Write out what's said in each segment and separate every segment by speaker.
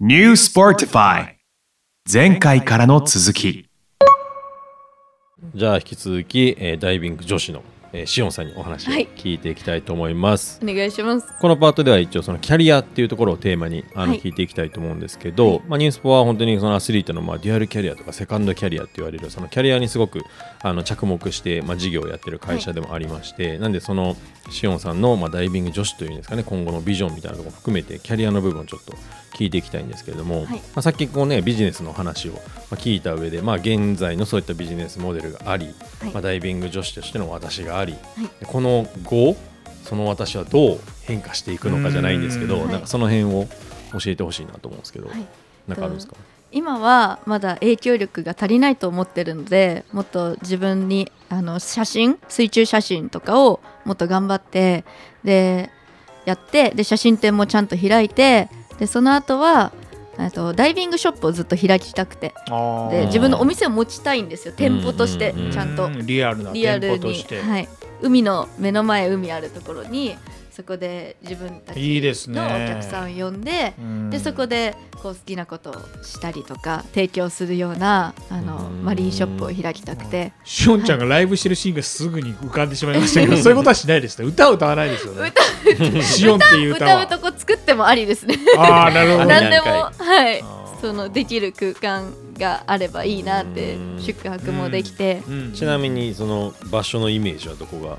Speaker 1: New Sportify 前回からの続き
Speaker 2: じゃあ引き続き、えーダイビング女子の、えー、シオンさんにお話を
Speaker 3: はい
Speaker 2: 聞いていきたいと思います。
Speaker 3: お願いします。
Speaker 2: このパートでは一応そのキャリアっていうところをテーマにあの、
Speaker 3: はい
Speaker 2: 聞いていきたいと思うんですけど、まあ、ニュースポは本当にそのアスリートの、まあ、デュアルキャリアとかセカンドキャリアって言われるそのキャリアにすごくあの着目して、まあ、事業をやってる会社でもありまして、なんでそのシオンさんの、まあ、ダイビング女子というんですかね今後のビジョンみたいなところも含めてキャリアの部分をちょっと聞いていきたいんですけれども、
Speaker 3: はい
Speaker 2: まあ、さっきこう、ね、ビジネスの話をまあ聞いた上で、まあ、現在のそういったビジネスモデルがあり、
Speaker 3: はい
Speaker 2: まあ、ダイビング女子としての私があり、
Speaker 3: い
Speaker 2: でこの後その私はどう変化していくのかじゃないんですけ
Speaker 1: う
Speaker 2: ど
Speaker 3: ん
Speaker 2: なんかその辺を教えてほしいなと思うんですけど、
Speaker 3: はい
Speaker 2: なんかあるんですか
Speaker 3: 今はまだ影響力が足りないと思ってるのでもっと自分にあの写真水中写真とかをもっと頑張ってでやってで写真展もちゃんと開いてでその後はえっとダイビングショップをずっと開きたくてで
Speaker 2: うん
Speaker 3: 自分のお店を持ちたいんですよ店舗として
Speaker 2: うんうんうん
Speaker 3: ちゃんと
Speaker 4: うんリアルな
Speaker 3: リア
Speaker 4: 店
Speaker 3: ル
Speaker 4: 舗と
Speaker 3: に、
Speaker 4: して、
Speaker 3: はい、海の目の前海あるところにそこで自分た
Speaker 4: い、い
Speaker 3: ち
Speaker 4: ですね
Speaker 3: のお客さんを呼んで、
Speaker 4: うん
Speaker 3: でそこでこう好きなことをしたりとか提供するようなあの
Speaker 2: うん
Speaker 3: マリンショップを開きたくて
Speaker 4: しおんちゃんがライブしてるシーンがすぐに浮かんでしまいましたけ どそういうことはしないですね歌を歌わないですよね しおんっていう歌
Speaker 3: 歌
Speaker 4: は
Speaker 3: うとこ作ってもありですね
Speaker 4: ああなるほど
Speaker 2: な
Speaker 3: 何でも
Speaker 2: あ
Speaker 3: はい
Speaker 4: あー
Speaker 3: そのできる空間があればいいなって
Speaker 2: うん
Speaker 3: 宿泊もできて、
Speaker 4: うん
Speaker 2: ちなみにその場所のイメージはどこが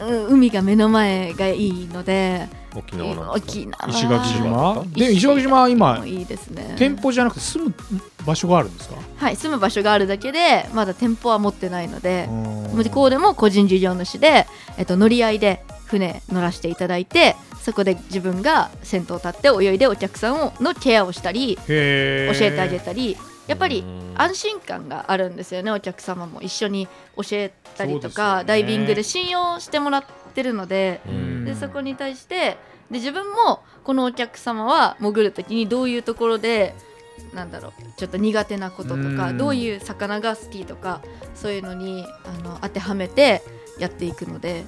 Speaker 3: うん、海が目の前がいいので
Speaker 2: 沖縄なんですか
Speaker 3: 沖縄
Speaker 4: 石垣島
Speaker 3: 石
Speaker 4: で石垣島は今
Speaker 3: もいいですね
Speaker 4: 店舗じゃなくて住む場所があるんですか
Speaker 3: はい住む場所があるだけでまだ店舗は持ってないので、向こ
Speaker 4: う
Speaker 3: うでも個人事業主で、えっと、乗り合いで船乗らせていただいてそこで自分が先頭立って泳いでお客さんをのケアをしたり
Speaker 4: 教え
Speaker 3: 教えてあげたりやっぱり
Speaker 2: うん
Speaker 3: 安心感があるんですよねお客様も一緒に教えたりと
Speaker 4: そうですよ
Speaker 3: か、
Speaker 4: ね
Speaker 3: ダイビングで信用してもらってるので
Speaker 2: うん
Speaker 3: でそこに対してで自分もこのお客様は潜る時にどういうところでなんだろうちょっと苦手なこととか
Speaker 4: うん
Speaker 3: どういう魚が好きとかそういうのにあの当てはめてやっていくので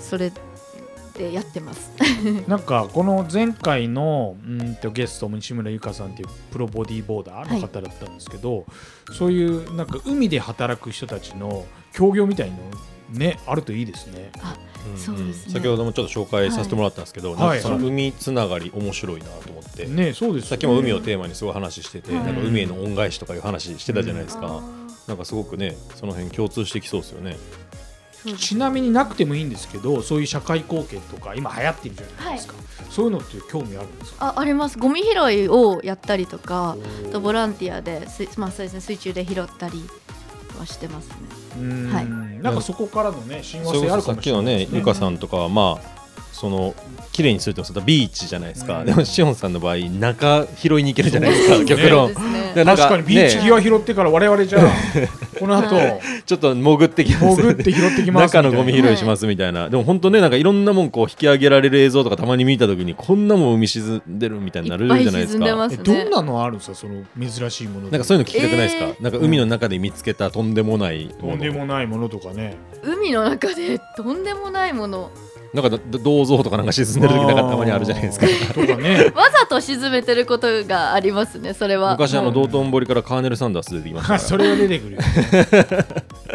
Speaker 3: それでやってます。
Speaker 4: なんかこの前回のうんとゲストも西村ゆかさんっていうプロボディーボーダーの方だったんですけど、そういうなんか海で働く人たちの協業みたいのねあるといいですね。
Speaker 2: うん
Speaker 3: そうですね
Speaker 2: 先ほどもちょっと紹介させてもらったんですけど、
Speaker 4: はい
Speaker 2: なんかその海つながり面白いなと思って、
Speaker 4: ねそうですよね。
Speaker 2: さっきも海をテーマにすごい話してて、
Speaker 3: はい
Speaker 2: なんか海への恩返しとかいう話してたじゃないですか、
Speaker 3: あ
Speaker 2: なんかすごくねその辺共通してきそうですよね
Speaker 3: ー
Speaker 4: ちなみになくてもいいんですけどそういう社会貢献とか今流行ってるじゃないですか、そういうのって興味あるんですか
Speaker 3: あありますゴミ拾いをやったりとかあとボ
Speaker 4: ラ
Speaker 3: ランティアで水,、まあそうですね、水中で拾ったりはしてますね。はい
Speaker 4: なんかそこからのね親和
Speaker 2: それ
Speaker 4: 性あ
Speaker 2: こ
Speaker 4: る
Speaker 2: そさ
Speaker 4: か
Speaker 2: っ
Speaker 4: も
Speaker 2: き
Speaker 4: しれ
Speaker 2: の
Speaker 4: ない
Speaker 2: ね
Speaker 4: ですね
Speaker 2: ゆかさんとかはまあその綺麗にするってことはビーチじゃないですか、
Speaker 4: うん
Speaker 2: でもしおんさんの場合中拾いに行けるじゃないですか、極論
Speaker 3: そうです
Speaker 2: で
Speaker 3: ね
Speaker 2: なん
Speaker 4: 確かにビーチ
Speaker 2: ね
Speaker 4: 際拾ってから我々じゃあこ の後
Speaker 3: はい
Speaker 2: ちょっと潜ってきます
Speaker 4: 潜って拾ってきますみた
Speaker 2: 中
Speaker 4: いな
Speaker 2: のゴミ拾いしますみたいな、でも本当ねなんかいろんなもんこう引き上げられる映像とかたまに見たときにこんなもん海沈んでるみたいになるじゃないですか
Speaker 3: いっぱい沈んでます
Speaker 4: えどんなのあるんですかその珍しいもの
Speaker 2: なんかそういううの聞きたくないですか、
Speaker 3: え
Speaker 2: なんか海の中で見つけたとんでもないもの
Speaker 4: とんでもないものとかね
Speaker 3: 海の中でとんでもないもの
Speaker 2: なんかど銅像とかなんか沈んでる時なんかたまにあるじゃないですか
Speaker 4: あーとかね
Speaker 3: わざと沈めてることがありますねそれは
Speaker 2: 昔あの
Speaker 3: も
Speaker 2: 道
Speaker 3: う
Speaker 2: 頓堀からカーネル・サンダース出てきました
Speaker 4: あ
Speaker 2: か
Speaker 4: それが出て くるよね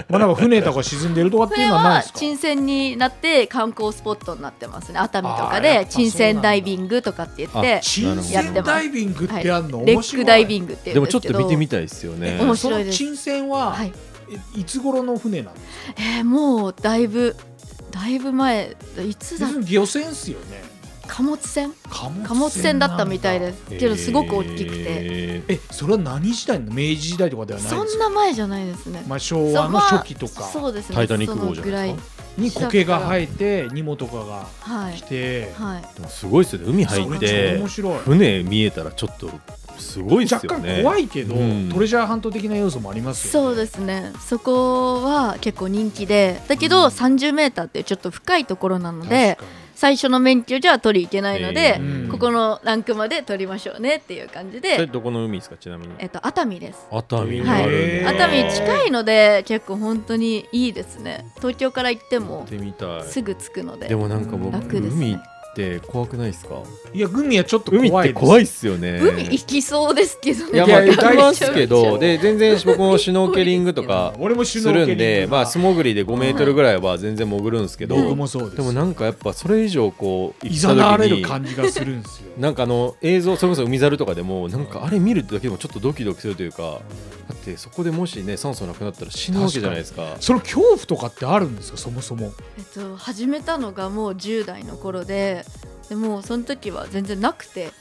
Speaker 4: まあなんか船とか沈んでるとかっていう
Speaker 3: 船
Speaker 4: のはない
Speaker 3: は
Speaker 4: ですか
Speaker 3: 沈船になって観光スポットになってますね熱海とか
Speaker 4: あーやっ
Speaker 3: で
Speaker 4: ぱ
Speaker 3: 沈
Speaker 4: そうなん
Speaker 3: 船
Speaker 4: だ
Speaker 3: ダイビングとかって言って
Speaker 4: 沈
Speaker 3: やって
Speaker 4: 船
Speaker 3: ます
Speaker 4: ダイビングっ
Speaker 3: はい
Speaker 4: てあんの、
Speaker 3: レ
Speaker 4: 面
Speaker 3: ッ
Speaker 4: 白い
Speaker 3: クダイビングっ
Speaker 2: ら
Speaker 3: て言
Speaker 2: で
Speaker 3: うん
Speaker 2: も
Speaker 3: で
Speaker 2: ちょ
Speaker 3: す
Speaker 2: っと
Speaker 3: けど
Speaker 2: 見てみたいですよね
Speaker 4: え
Speaker 3: 面白いです
Speaker 4: その沈船は、
Speaker 3: はい、
Speaker 4: い、いつ頃の船なの
Speaker 3: えーもうだいぶだいぶ前いつだ
Speaker 4: 別に漁船っすよね
Speaker 3: 貨物船
Speaker 4: 貨物
Speaker 3: 貨物船だったみたいですすけどすごく大きくて、
Speaker 2: え
Speaker 4: えそれは何時代の明治時代とかではない
Speaker 3: そ
Speaker 4: です
Speaker 3: ん
Speaker 4: か
Speaker 3: な前じゃないですね
Speaker 4: まあ、昭和の初期とか
Speaker 3: そうですね
Speaker 2: タイタニック号じゃ
Speaker 3: そのぐ
Speaker 2: な
Speaker 3: ら
Speaker 2: い
Speaker 3: い
Speaker 2: です
Speaker 4: に苔が生えて荷物とかが
Speaker 3: は
Speaker 4: 来
Speaker 3: い
Speaker 4: て、
Speaker 3: はい
Speaker 2: ーでもすごいですよね海入っ
Speaker 4: それちょっと
Speaker 2: て
Speaker 4: 面白い
Speaker 2: 船見えたらちょっとすごいです
Speaker 4: 若
Speaker 2: よ
Speaker 4: 干
Speaker 2: ね
Speaker 4: 怖いけど、
Speaker 2: うん
Speaker 4: トレジャーハント的な要素もありますよ、ね、
Speaker 3: そうですねそこは結構人気でだけど3 0ーっていうちょっと深いところなので
Speaker 4: 確か
Speaker 3: 最初の免許じゃ取り行けないので
Speaker 4: え、ー
Speaker 3: ここのランクまで取りましょうねっていう感じ
Speaker 2: それ
Speaker 3: で、
Speaker 2: どこの海ですかちなみに
Speaker 3: えっと、熱海です
Speaker 2: 熱海に
Speaker 3: はい
Speaker 2: あるんだ
Speaker 3: 熱海近いので結構本当にいいですね東京から行って
Speaker 2: 行
Speaker 3: も
Speaker 2: ってみたい
Speaker 3: すぐ着くので
Speaker 2: でもなんか僕
Speaker 3: 楽ですね
Speaker 2: 海って怖くないですか
Speaker 4: いやグミはちょっと怖い
Speaker 2: 海
Speaker 4: です
Speaker 2: って怖いっすよね
Speaker 3: 海行きそうですけどね
Speaker 2: いやまあ
Speaker 4: いや
Speaker 2: 行きますけ
Speaker 4: 大丈
Speaker 2: ど
Speaker 4: 夫
Speaker 2: で全然僕もシュノーケリングと か
Speaker 4: 俺もシ
Speaker 2: す
Speaker 4: ュノーケ
Speaker 2: る
Speaker 4: リング
Speaker 2: んで、まあ、素潜りで5メートルぐらいは全然潜るんですけど、
Speaker 4: 僕もそうです
Speaker 2: でもなんかやっぱそれ以上こう
Speaker 4: い
Speaker 2: 行
Speaker 4: ざなわ
Speaker 2: った
Speaker 4: れ
Speaker 2: 時
Speaker 4: る
Speaker 2: に
Speaker 4: 感じがするんですよ
Speaker 2: なんかあの映像それこそ海猿とかでもなんかあれ見るだけでもちょっとドキドキするというかだってそこでもしね酸素なくなったら死ぬわけじゃないですか
Speaker 4: その恐怖とかってあるんですかそもそも
Speaker 3: えっと、始めたのがもう10代の頃ででもうその時は全然なくて、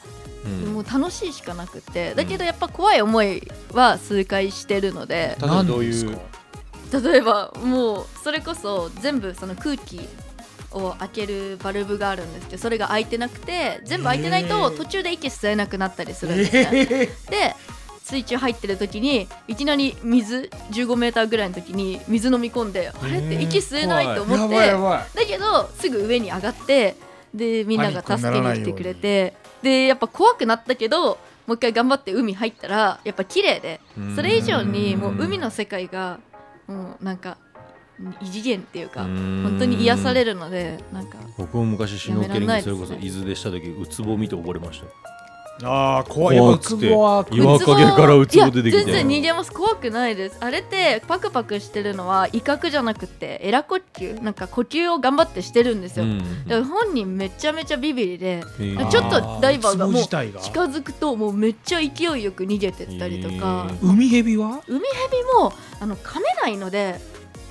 Speaker 2: うん
Speaker 3: もう楽しいしかなくてだけどやっぱ怖い思いは数回してるので
Speaker 2: ただどう
Speaker 4: 何で
Speaker 2: いう
Speaker 4: すか
Speaker 3: 例えばもうそれこそ全部その空気を開けるバルブがあるんですけどそれが開いてなくて全部開いてないと
Speaker 4: えー
Speaker 3: 途中で息吸えなくなったりするんですね。
Speaker 4: え
Speaker 3: で水中入ってる時にいきなり水1 5ルぐらいの時に水飲み込んであれって息吸えないと
Speaker 4: ー、
Speaker 3: 思
Speaker 4: や
Speaker 3: っ
Speaker 4: ばい
Speaker 3: て
Speaker 4: やばい
Speaker 3: だけどすぐ上に上がってでみんなが助けに来てくれてでやっぱ怖くなったけどもう一回頑張って海入ったらやっぱ綺麗で
Speaker 2: うん
Speaker 3: それ以上にもう海の世界がもうなんか異次元っていうか
Speaker 2: うん
Speaker 3: 本当に癒されるのでなんか
Speaker 2: 僕も昔シュノーケリン
Speaker 3: や
Speaker 2: グ
Speaker 3: めらんない
Speaker 2: それこそ
Speaker 3: ですね
Speaker 2: 伊豆でした時ウツボ見て溺れましたよ
Speaker 4: ああ怖いやっぱウツボは
Speaker 2: 怖くて岩陰からウツボ出てきて
Speaker 3: いや全然逃げます怖くないですあれってパクパクしてるのは威嚇じゃなくてエラ呼吸なんか呼吸を頑張ってしてるんですよ、だから本人めちゃめちゃビビリで
Speaker 2: へ
Speaker 3: だ
Speaker 2: ー
Speaker 3: からちょっとダイバーが
Speaker 4: ウツボ
Speaker 3: もう
Speaker 4: 自
Speaker 3: 近
Speaker 4: 体が
Speaker 3: づくともうめっちゃ勢いよく逃げてったりとか
Speaker 2: へー
Speaker 4: 海蛇は
Speaker 3: 海蛇もあの噛めないので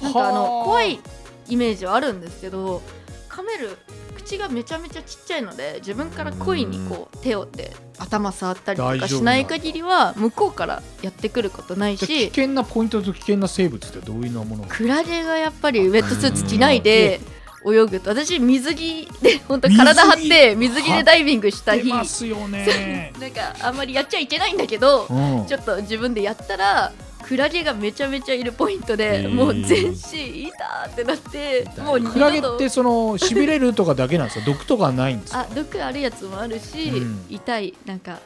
Speaker 3: なんかあ
Speaker 4: は
Speaker 3: の
Speaker 4: あ
Speaker 3: 怖いイメージはあるんですけど噛める口がめちゃめちゃちっちゃいので自分から故意にこう手をで頭触ったりとかしない限りは向こうからやってくることない
Speaker 4: じゃあ危
Speaker 3: し
Speaker 4: 険なポイントと危険な生物ってどういうようなものが
Speaker 3: クラゲがやっぱりウェットスーツ着ないで泳ぐと私水着で本当体張って水着でダイビングした
Speaker 4: 出
Speaker 3: 日な
Speaker 4: ま
Speaker 3: んか
Speaker 4: すよ ね
Speaker 3: あんまりやっちゃいけないんだけど
Speaker 4: うん
Speaker 3: ちょっと自分でやったらクラゲがめちゃめちゃいるポイントで、
Speaker 2: うん
Speaker 3: もう全身いたってなって
Speaker 2: 痛い
Speaker 3: もう
Speaker 4: クラゲ
Speaker 3: 二度
Speaker 4: っ
Speaker 3: と
Speaker 4: てそのしびれるとかだけ なんですか毒とかはないんですか
Speaker 3: あ毒あるやつもあるし、
Speaker 4: うん
Speaker 3: 痛いなんか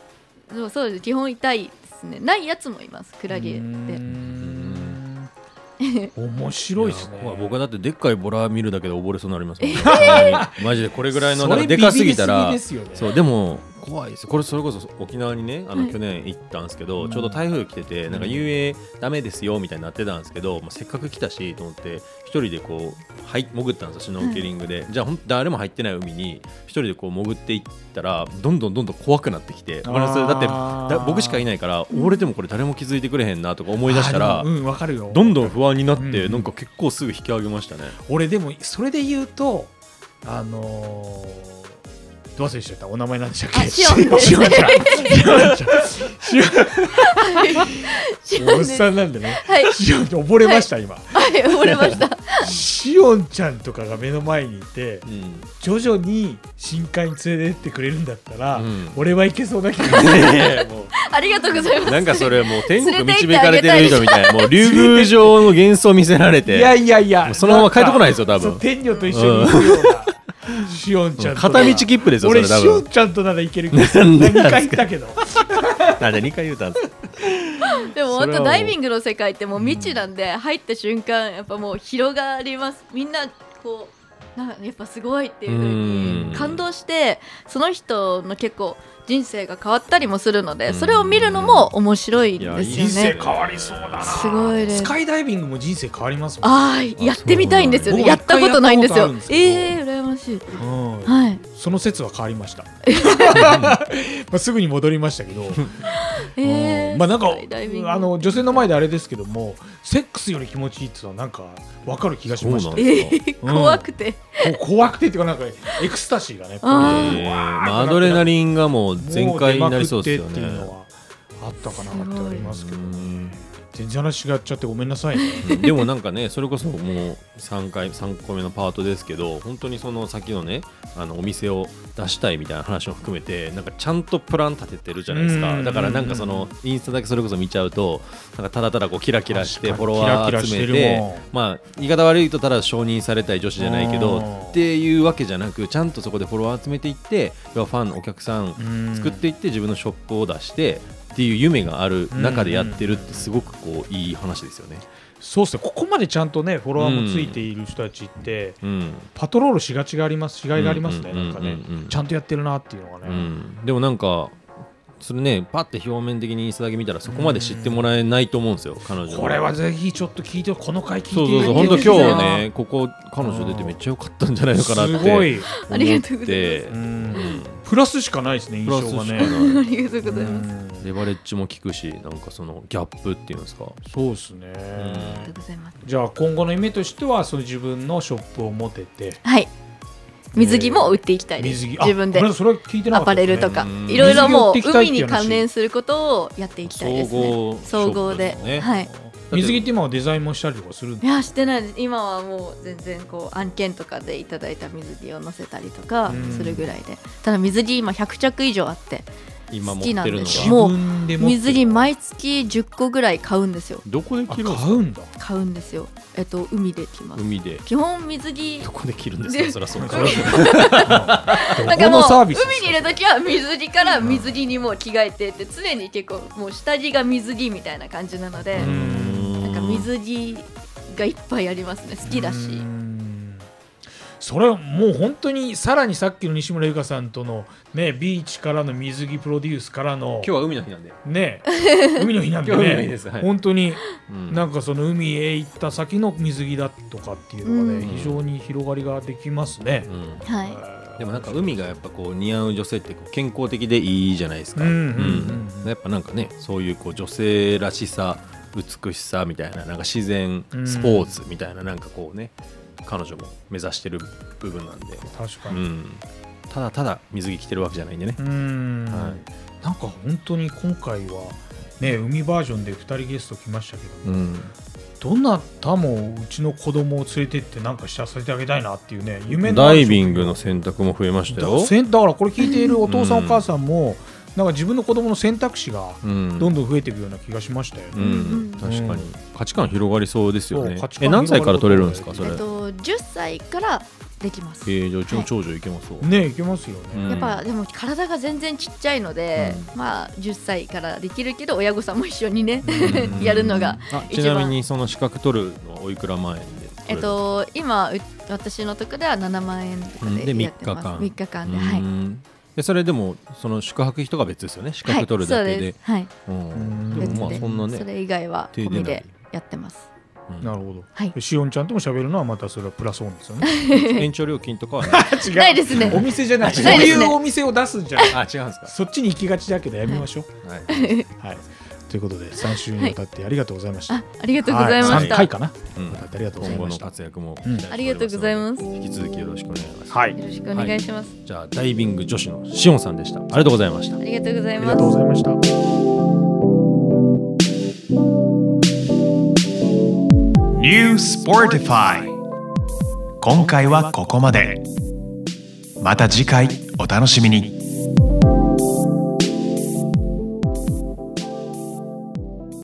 Speaker 3: そうそうです基本痛いですねないやつもいますクラゲっ
Speaker 4: う
Speaker 3: て
Speaker 4: ーん面白いですね
Speaker 2: いや僕はだってでっかいボラ見るだけで溺れそうになりますもん
Speaker 3: え
Speaker 2: マジでこれぐらいの
Speaker 4: それ
Speaker 2: なんかでかすぎた
Speaker 4: ビ
Speaker 2: ら
Speaker 4: ビりすぎですよね
Speaker 2: そうでも怖いですこれそれこそ沖縄にねあ
Speaker 3: は
Speaker 2: の
Speaker 3: い
Speaker 2: 去年行ったんですけど、
Speaker 4: うん
Speaker 2: ちょうど台風来ててなんか遊泳ダメですよみたいになってたんですけど、まあ、せっかく来たしと思って一人でこうはい潜ったんですよシュノーケリングで、じゃあほん誰も入ってない海に一人でこう潜っていったらどんどんどんどん怖くなってきてわかりますだってだ僕しかい
Speaker 4: な
Speaker 2: ないから溺れてもこれ誰も気づいてくれへんなとか思い出したら
Speaker 4: うんわかるよ
Speaker 2: どんどん不安になって、
Speaker 4: うん
Speaker 2: なんか結構すぐ引き上げましたね。
Speaker 4: 俺でもそれで言うとあのーどう忘れしちゃったお名前なんでしたっけ
Speaker 3: あシオンです
Speaker 4: シオンちゃんシオンちゃんシオンおっ
Speaker 3: は
Speaker 4: さんなんでね
Speaker 3: い
Speaker 4: シオンちゃん溺れました今
Speaker 3: はい溺れました
Speaker 4: シオンちゃんとかが目の前にいて
Speaker 2: うん
Speaker 4: 徐々に深海に連れてってくれるんだったら、
Speaker 2: うん
Speaker 4: 俺はいけそうな気がする
Speaker 3: ありがとうございます
Speaker 2: なんかそれもう天国
Speaker 3: 連れ
Speaker 2: 導
Speaker 3: て行って
Speaker 2: かれ
Speaker 3: あげ
Speaker 2: て
Speaker 3: たい
Speaker 2: る人みたいなもう竜宮城の幻想見せられて
Speaker 4: いやいやいや
Speaker 2: もうそのまま帰ってこないですよ
Speaker 4: んか
Speaker 2: 多分
Speaker 4: そう天女と一緒に行くような、シオンちゃんとか
Speaker 2: 片道切符ですよそ
Speaker 4: 俺
Speaker 2: れ多
Speaker 4: シオン
Speaker 2: 分
Speaker 4: ちゃんとならいけるけ ど
Speaker 2: なんでなん
Speaker 4: 2
Speaker 2: ですか
Speaker 4: 回行ったけど
Speaker 2: なんで2回言うたんですか
Speaker 3: でも
Speaker 2: そ
Speaker 3: 本
Speaker 2: れはも
Speaker 3: 当
Speaker 2: う
Speaker 3: ダイビングの世界ってもう未知なんで、入った瞬間やっぱもう広がりますみんなこうなやっぱすごいっていう風
Speaker 2: うん
Speaker 3: に感動してその人の結構人生が変わったりもするのでそれを見るのも面白いんですよ
Speaker 4: 人生
Speaker 3: ね。
Speaker 4: 変わりそうだな
Speaker 3: すごいです
Speaker 4: スカイダイビングも人生変わりますもん、
Speaker 3: ああやってみたいんですよね
Speaker 4: そう
Speaker 3: やったことないんです
Speaker 4: 僕
Speaker 3: よ
Speaker 4: も一回
Speaker 3: ええ
Speaker 4: や
Speaker 3: ー、羨ましい
Speaker 4: うん
Speaker 3: はい
Speaker 4: その説は変わりま したまあすぐに戻りましたけど、
Speaker 3: ええ
Speaker 4: う
Speaker 3: ー、
Speaker 4: んまあなんか
Speaker 3: スカイダイビング
Speaker 4: あの女性の前であれですけどもセックスより気持ちいいっていうのはなんか分かる気がしました
Speaker 2: そう
Speaker 3: え
Speaker 2: なんですか
Speaker 3: ー、怖くて、
Speaker 4: こう怖くてっていうかなんかエクスタシーがね
Speaker 3: あ
Speaker 2: えーまあアドレナリンがもう全開になりそうですよ
Speaker 4: も出まくってっていう
Speaker 2: ね
Speaker 4: のはあったかなかったかありますけど全然話がっちゃってごめんなさいね
Speaker 2: うんでもなんかねそれこそもう3回三個目のパートですけど本当にその先のねあのお店を出したいみたいな話も含めてなんかちゃんとプラン立ててるじゃないです
Speaker 4: うんうんう
Speaker 2: か
Speaker 4: ん
Speaker 2: だからなんかそのインスタだけそれこそ見ちゃうとなんかただただこうキラキラして
Speaker 4: 確
Speaker 2: フ
Speaker 4: か
Speaker 2: ォ
Speaker 4: に
Speaker 2: ロワ
Speaker 4: キラキラ
Speaker 2: ー集
Speaker 4: し
Speaker 2: め
Speaker 4: てる
Speaker 2: て
Speaker 4: もん
Speaker 2: まあ言い方悪いとただ承認されたい女子じゃないけ
Speaker 4: う
Speaker 2: ど
Speaker 4: ん
Speaker 2: っていうわけじゃなくちゃんとそこでフォロワー集めていって要はファンお客さん
Speaker 4: うん
Speaker 2: 作っていって自分のショップを出してっていう夢がある中でやってるってすごくこういい話ですよね。
Speaker 4: そうですねここまでちゃんとねフォロワーもついている人たちって、
Speaker 2: うん
Speaker 4: パトロールしがちがありますしがいがありますね、
Speaker 2: うんうんうんうん
Speaker 4: なんかねちゃんとやってるなっていうのがね、
Speaker 2: うん、でもなんかそれねパッて表面的にインスタだけ見たらそこまで知ってもらえないと思うんですよ彼女の
Speaker 4: これはぜひちょっと聞いてこの回聞いて
Speaker 2: そうそうそう
Speaker 3: 聞い
Speaker 2: 本
Speaker 3: て
Speaker 2: 当
Speaker 3: みてほしい
Speaker 2: 今日ねここ彼女出てめっちゃ良かったんじゃないのかなって
Speaker 4: すごい、
Speaker 3: ありがとうござい
Speaker 2: 思って
Speaker 4: うん
Speaker 2: うん
Speaker 4: プラスしかないですね印
Speaker 2: プラ
Speaker 4: 象
Speaker 2: スし
Speaker 4: が
Speaker 2: か
Speaker 4: ね
Speaker 2: ない
Speaker 3: ありがとうございます。あ
Speaker 4: うん
Speaker 2: レバレッジも効くしなんかそのギャップっていうんですか
Speaker 4: そうですね、
Speaker 3: りがとうございます。
Speaker 4: じゃあ今後の夢としてはその自分のショップを持てて
Speaker 3: はい。水着も売っていきたいです。
Speaker 4: 水着あ
Speaker 3: 自分で
Speaker 4: ごめんなさいそれは聞いてな
Speaker 3: ア
Speaker 4: かった
Speaker 3: パ
Speaker 4: で
Speaker 3: レ
Speaker 4: すね
Speaker 3: ルとか
Speaker 2: うん
Speaker 3: いろいろも
Speaker 4: 水着を売っ
Speaker 3: う
Speaker 4: ていきたいっ
Speaker 3: 海
Speaker 4: ていう話
Speaker 3: に関連することをやっていきたいですね。総合で
Speaker 2: ショップすね
Speaker 3: はい。
Speaker 4: 水着って今はデザインもしたりとかするん
Speaker 3: い
Speaker 4: で
Speaker 3: やしてないです今はもう全然こう案件とかでいただいた水着を載せたりとか
Speaker 4: うん
Speaker 3: するぐらいで、ただ水着今100着以上あって
Speaker 2: 今持
Speaker 3: 好
Speaker 2: って
Speaker 3: きなん
Speaker 2: るの
Speaker 3: で
Speaker 2: が
Speaker 3: すもう
Speaker 4: 分で持って
Speaker 3: 水着毎月10個ぐらい買うんですよ
Speaker 2: どこで
Speaker 4: あ買
Speaker 2: 着るんですか
Speaker 4: うんだ
Speaker 3: 買うんですよえっと海で着ます
Speaker 2: 海で
Speaker 3: 基本水着
Speaker 2: どこで着るんですかそりゃそうか
Speaker 4: どこ
Speaker 3: なんかもう
Speaker 4: のサービスですか
Speaker 3: 海にいる時は水着から水着にもう着替えてって常に結構もう下着が水着みたいな感じなので、
Speaker 4: うん
Speaker 3: なんか水着がいっぱいありますね好きだし、
Speaker 4: うんそれはもう本当にさらにさっきの西村ゆかさんとのねビーチからの水着プロデュースからの
Speaker 2: 今日は海の日なんで
Speaker 4: ね海の日なんで
Speaker 2: 今日は海の日で
Speaker 4: ね
Speaker 2: すはい
Speaker 4: 本当に
Speaker 2: うん
Speaker 4: なんかその海へ行った先の水着だとかっていうのがね
Speaker 2: うん
Speaker 4: 非常に広がりができますね
Speaker 2: う。ん
Speaker 3: はい
Speaker 2: でもなんか海がやっぱこう似合う女性ってこう健康的でいいじゃないですか、
Speaker 4: うんうん
Speaker 2: やっぱなんかねそういうこう女性らしさ美しさみたいななんか自然
Speaker 4: うん
Speaker 2: スポーツみたいななんかこうね彼女も目指してる部分なんで、
Speaker 4: 確か
Speaker 2: う
Speaker 4: に。
Speaker 2: ん、ただただ水着着てるわけじゃないんでね
Speaker 4: う、ん。
Speaker 2: は
Speaker 4: なんか本当に今回はね海バージョンで2人ゲスト来ましたけども
Speaker 2: うん、
Speaker 4: どなたもうちの子供を連れてってなんかしさせてあげたいなっていうね夢のあ
Speaker 2: ダ
Speaker 4: る
Speaker 2: イビングの選択も増えました
Speaker 4: だ、
Speaker 2: よ
Speaker 4: せんだからこれ聞いているお父さん
Speaker 2: うん
Speaker 4: お母さんもなんか自分の子供の選択肢が
Speaker 2: うん
Speaker 4: どんどん増えていくような気がしましたよ
Speaker 2: う
Speaker 4: ね。
Speaker 2: ん、確かに価値観広がりそうですよね
Speaker 4: そう価値観
Speaker 2: え何歳から取れるんですかそ
Speaker 4: 広
Speaker 2: れ
Speaker 3: えっと10歳からできます、
Speaker 2: えー、じゃあうちの長女いけますわ、
Speaker 4: ねいけますよ
Speaker 2: う
Speaker 4: ね。
Speaker 2: ん
Speaker 3: やっぱでも体が全然ちっちゃいので、まあ10歳からできるけど親御さんも一緒にね、
Speaker 2: うん
Speaker 3: やるのが
Speaker 2: あ
Speaker 3: 一
Speaker 2: ち
Speaker 3: 番
Speaker 2: なみにその資格取るのはおいくら万円で
Speaker 3: えっと今う私のとこでは7万円とか
Speaker 2: うんで
Speaker 3: でやってます、
Speaker 2: 3
Speaker 3: 3,
Speaker 2: 日取れる
Speaker 3: 日間では
Speaker 2: う
Speaker 3: い
Speaker 2: んでそれでもその宿泊費とか別ですよね資格取るだけ
Speaker 3: はい、そう
Speaker 2: で
Speaker 3: です、はい、
Speaker 2: うん
Speaker 4: うん
Speaker 2: でもまあそんな
Speaker 3: そ
Speaker 2: ね
Speaker 3: れ以外は
Speaker 2: 手出
Speaker 3: 込
Speaker 2: ない
Speaker 3: みでやってます
Speaker 2: うん
Speaker 4: なるほど。
Speaker 3: はい
Speaker 4: しおんちゃんとも喋るのはまたそれはプラスオンですよね。
Speaker 2: 延長料金とかはない
Speaker 4: 違う
Speaker 3: ないですね
Speaker 4: お店じゃない。そう
Speaker 3: ないです
Speaker 4: い
Speaker 3: ね
Speaker 4: うお店を出すんじゃない。
Speaker 2: あ違うんですか
Speaker 4: そっちに行きがちだけどやめましょう。
Speaker 2: はい
Speaker 4: はい。ということで3週にわたってありがとうございました。
Speaker 3: あありがとうございま
Speaker 4: は
Speaker 3: し
Speaker 4: 3
Speaker 3: た、
Speaker 4: 回かな。
Speaker 2: うん
Speaker 4: わたってありがとうござ
Speaker 2: 今
Speaker 4: い
Speaker 2: 後
Speaker 4: まし
Speaker 2: の
Speaker 4: た。
Speaker 2: 活躍も期
Speaker 4: うん
Speaker 2: 待しております
Speaker 3: ありがとうございます
Speaker 2: 引き続きよろしくお願いします
Speaker 4: はい。
Speaker 3: よろしくお願いします、
Speaker 2: じゃあダイビング女子のしおんさんでしたありがとうございました
Speaker 3: ありがとうござい
Speaker 4: あり
Speaker 3: ま
Speaker 4: が
Speaker 3: す
Speaker 4: とうございました。
Speaker 1: New Sportify 今回はここまでまた次回お楽しみに